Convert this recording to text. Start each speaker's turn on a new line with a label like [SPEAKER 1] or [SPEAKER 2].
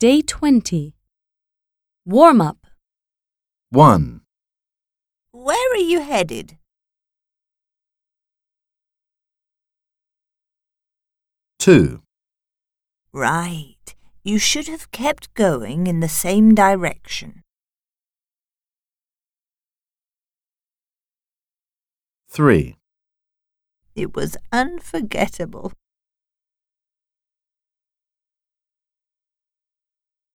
[SPEAKER 1] Day 20. Warm up.
[SPEAKER 2] 1.
[SPEAKER 3] Where are you headed?
[SPEAKER 2] two,
[SPEAKER 3] Right. You should have kept going in the same direction.
[SPEAKER 2] three.
[SPEAKER 3] It was unforgettable.